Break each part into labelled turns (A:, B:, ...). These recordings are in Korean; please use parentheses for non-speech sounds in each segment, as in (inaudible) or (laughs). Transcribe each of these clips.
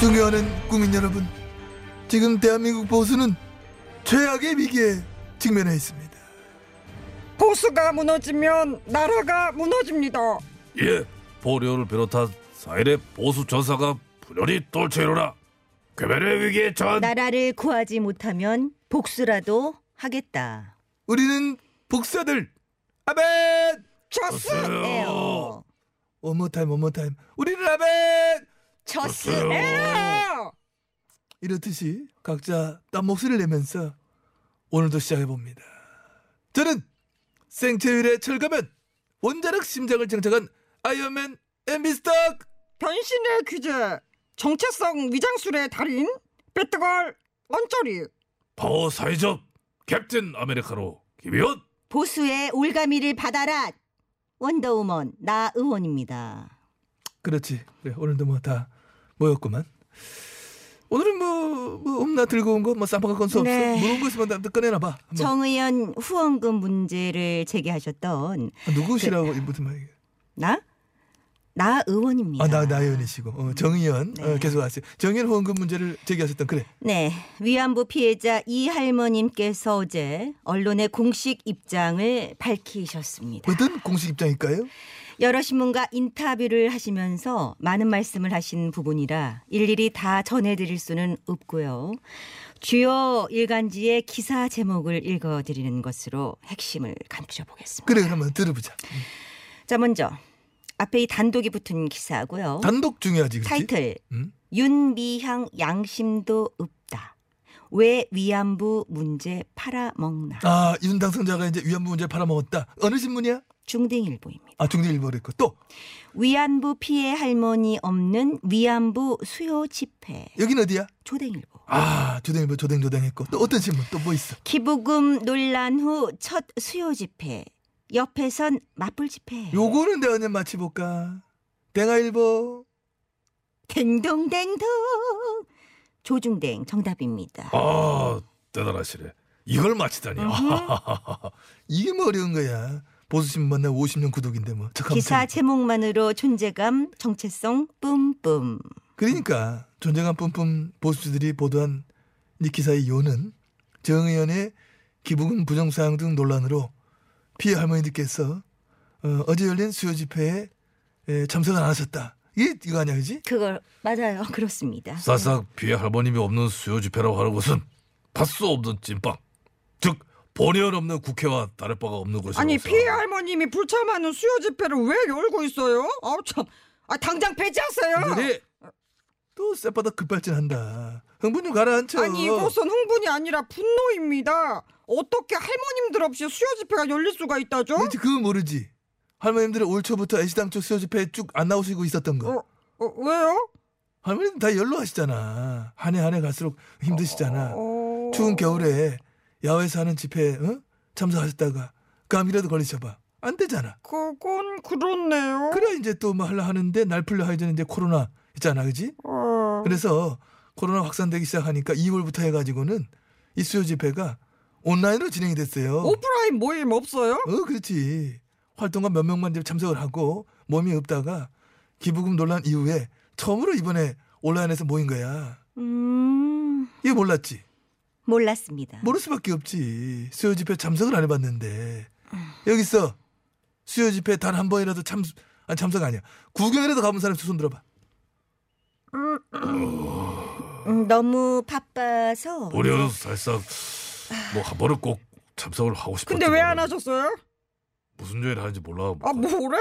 A: 존경하는 국민 여러분, 지금 대한민국 보수는 최악의 위기에 직면해 있습니다.
B: 보수가 무너지면 나라가 무너집니다.
C: 예, 보리오를 비롯한 사일의 보수 전사가 분열이 떨쳐일어나 괴멸의 위기에 처한
D: 나라를 구하지 못하면 복수라도 하겠다.
A: 우리는 복사들 아멘.
D: 에어.
A: 원모 타임 원모 타임. 우리는 아멘.
B: 저스
C: 저스요.
B: 에어.
A: 이렇듯이 각자 딴 목소리를 내면서 오늘도 시작해 봅니다. 저는 생체율의 철가면 원자력 심장을 장착한 아이언맨 엠비스탁
B: 변신의 규제, 정체성 위장술의 달인, 배트걸 언저리.
C: 파워 사이적 캡틴 아메리카노 김희원
D: 보수의 올가미를 받아라. 원더우먼 나 의원입니다.
A: 그렇지. 그래, 오늘도 뭐 다 모였구만. 오늘은 뭐, 뭐 엄나 들고 온 거뭐 쌈박한 건수 없어.
D: 네.
A: 물은 거 있으면 다 꺼내놔 봐. 한번.
D: 정 의원 후원금 문제를 제기하셨던
A: 아, 누구시라고
D: 그-
A: 이 무슨 말이에요?
D: 나? 나 의원입니다.
A: 아, 나 나연이시고 어, 정의연
D: 네.
A: 어, 계속 하세요. 정의연 후원금 문제를 제기하셨던 그래.
D: 네. 위안부 피해자 이 할머님께서 어제 언론의 공식 입장을 밝히셨습니다.
A: 어떤 공식 입장일까요?
D: 여러 신문과 인터뷰를 하시면서 많은 말씀을 하신 부분이라 일일이 다 전해드릴 수는 없고요. 주요 일간지의 기사 제목을 읽어드리는 것으로 핵심을 감추어보겠습니다.
A: 그래 그러면 들어보자.
D: 자, 먼저 앞에 이 단독이 붙은 기사고요.
A: 단독 중요하지, 그렇지?
D: 어? 타이틀
A: 음?
D: 윤미향 양심도 없다. 왜 위안부 문제 팔아먹나.
A: 아, 윤 당선자가 이제 위안부 문제 팔아먹었다. 어느 신문이야?
D: 중등일보입니다.
A: 아, 중대일보랬고 또
D: 위안부 피해 할머니 없는 위안부 수요 집회.
A: 여긴 어디야?
D: 조댕일보.
A: 아, 조댕일보 조댕조댕했고 또 어떤 신문 또 뭐 있어?
D: 기부금 논란 후 첫 수요 집회. 옆에선 맞불 집회.
A: 요거는 내가 그냥 마치 볼까. 대가일보
D: 댕동댕동. 조중댕 정답입니다.
C: 아 대단하시네 이걸 마치다니
B: 아.
A: 이게 뭐 어려운 거야. 보수신문 만나 50년 구독인데 뭐. 잠깐만.
D: 기사 제목만으로 존재감, 정체성 뿜뿜.
A: 그러니까 존재감 뿜뿜 보수들이 보도한 이 기사의 요는 정 의원의 기부금 부정사항 등 논란으로 피해 할머니들께서 어, 제 열린 수요 집회에 에, 참석을 안 하셨다. 이게 이거 아니야, 그지?
D: 그걸 맞아요. (laughs) 그렇습니다.
C: 싸싹 피해 할머님이 없는 수요 집회라고 하는 것은 팥수 없는 찐빵 즉 본연 없는 국회와 다를 바가 없는 것이라고
B: 아니 피해
C: 생각합니다.
B: 할머님이 불참하는 수요 집회를 왜 열고 있어요? 아우 참. 아 당장
C: 아,
B: 폐지하세요.
C: 네.
A: 그래. 또 쌔바닥 급발진한다. 흥분 좀 가라앉혀.
B: 아니 이것은 흥분이 아니라 분노입니다. 어떻게 할머님들 없이 수요 집회가 열릴 수가 있다죠?
A: 근데 그거 모르지. 할머님들은 올 초부터 애시당초 수요 집회에 쭉 안 나오시고 있었던 거.
B: 어, 어, 왜요?
A: 할머니는 다 연로하시잖아. 한 해 한 해 갈수록 힘드시잖아.
B: 어...
A: 추운 겨울에 야외에서 하는 집회 어? 참석하셨다가 감이라도 걸리셔봐. 안 되잖아.
B: 그건 그렇네요.
A: 그래 이제 또 뭐 하려 하는데 날 풀려 하기 전에 이제 코로나 있잖아, 그지?
B: 어...
A: 그래서 코로나 확산되기 시작하니까 2월부터 해가지고는 이 수요 집회가 온라인으로 진행이 됐어요.
B: 오프라인 모임 없어요?
A: 어, 그렇지. 활동가 몇 명만 이제 참석을 하고 몸이 없다가 기부금 논란 이후에 처음으로 이번에 온라인에서 모인 거야.
D: 음.
A: 이거 몰랐지?
D: 몰랐습니다.
A: 모를 수밖에 없지. 수요 집회 참석을 안 해봤는데 여기 있어. 수요 집회 단 한 번이라도 참 아니 참석 아니야. 구경이라도 가본 사람 손 들어봐.
D: 음, 너무 바빠서
C: 본연은 살짝 뭐 한 번은 꼭 참석을 하고 싶었지만
B: 근데 왜 안 하셨어요?
C: 무슨 요일에 하는지 몰라
B: 아 뭐래?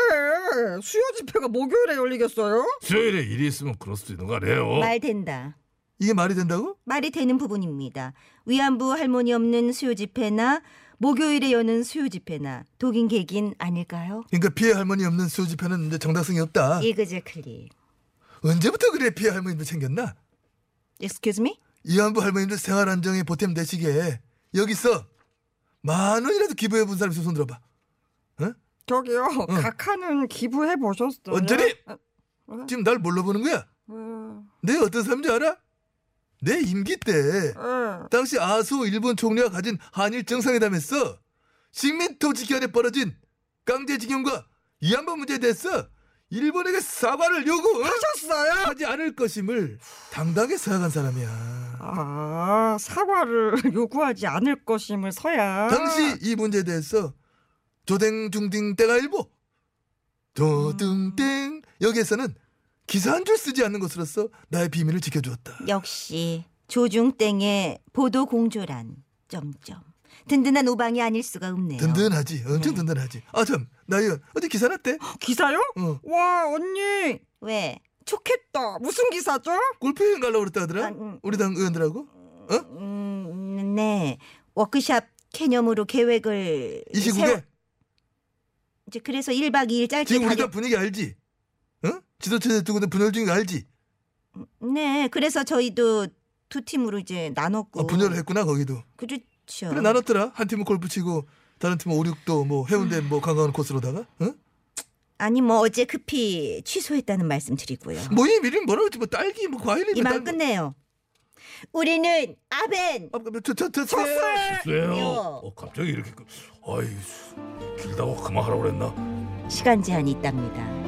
B: 수요 집회가 목요일에 열리겠어요?
C: 수요일에 일이 있으면 그럴 수도 있는 거 아니에요
B: 네.
D: 말 된다.
A: 이게 말이 된다고?
D: 말이 되는 부분입니다. 위안부 할머니 없는 수요 집회나 목요일에 여는 수요 집회나 독인 계기인 아닐까요?
A: 그러니까 피해 할머니 없는 수요 집회는 이제 정당성이 없다.
D: 이그제 클릭.
A: 언제부터 그래 피해 할머니들 챙겼나?
D: Excuse me?
A: 이한부 할머니들 생활 안정에 보탬 되시게 여기서 만 원이라도 기부해 본 사람 있으면 손 들어봐.
B: 저기요 각하는 기부해 보셨어요? 네.
A: 언저리 지금 날 뭘로 보는 거야? 내 어떤 사람인지 알아? 내 임기 때
B: 네.
A: 당시 아소 일본 총리가 가진 한일 정상회담에서 식민 통치 기간에 벌어진 강제징용과 이한번 문제에 대해서 일본에게 사과를 요구하지
B: 하셨어요?
A: 않을 것임을 당당히 생각한 사람이야.
B: 아 사과를 (laughs) 요구하지 않을 것임을 서야
A: 당시 이 문제에 대해서 조댕 중딩 때가 일보 조등땡 여기에서는 기사 한 줄 쓰지 않는 것으로서 나의 비밀을 지켜주었다.
D: 역시 조중땡의 보도 공조란 점점 든든한 오방이 아닐 수가 없네요.
A: 든든하지, 엄청
D: 네.
A: 든든하지. 아 참, 나연 어제 기사 났대.
B: 기사요?
A: 어,
B: 와 언니
D: 왜?
B: 좋겠다 무슨 기사죠?
A: 골프 여행 가려고 그랬다
D: 아,
A: 하더라.
D: 음.
A: 우리 당 의원들하고
D: 음, 네. 워크샵 개념으로 계획을
A: 이 시국에
D: 세워- 이제 그래서 1박 2일 짧게
A: 지금 우리 당
D: 가격...
A: 분위기 알지? 어? 지도체제 두고 분열 중인 거 알지?
D: 네. 그래서 저희도 두 팀으로 이제 나눴고
A: 어, 분열을 했구나 거기도.
D: 그렇죠.
A: 그래 나눴더라. 한 팀은 골프 치고 다른 팀은 오륙도 뭐 해운대 뭐 관광 코스로다가. 어?
D: 아니 뭐 어제 급히 취소했다는 말씀 드리고요.
A: 모임 이름 뭐라고 했지? 뭐 딸기 뭐 과일이
D: 이만 끝내요. 우리는
A: 네.
D: 아벤.
A: 저저저
C: 글쎄요.
D: 요.
C: 어, 갑자기 이렇게 그- 아이 수- 길다고 그만하라고 그랬나?
D: 시간 제한이 있답니다.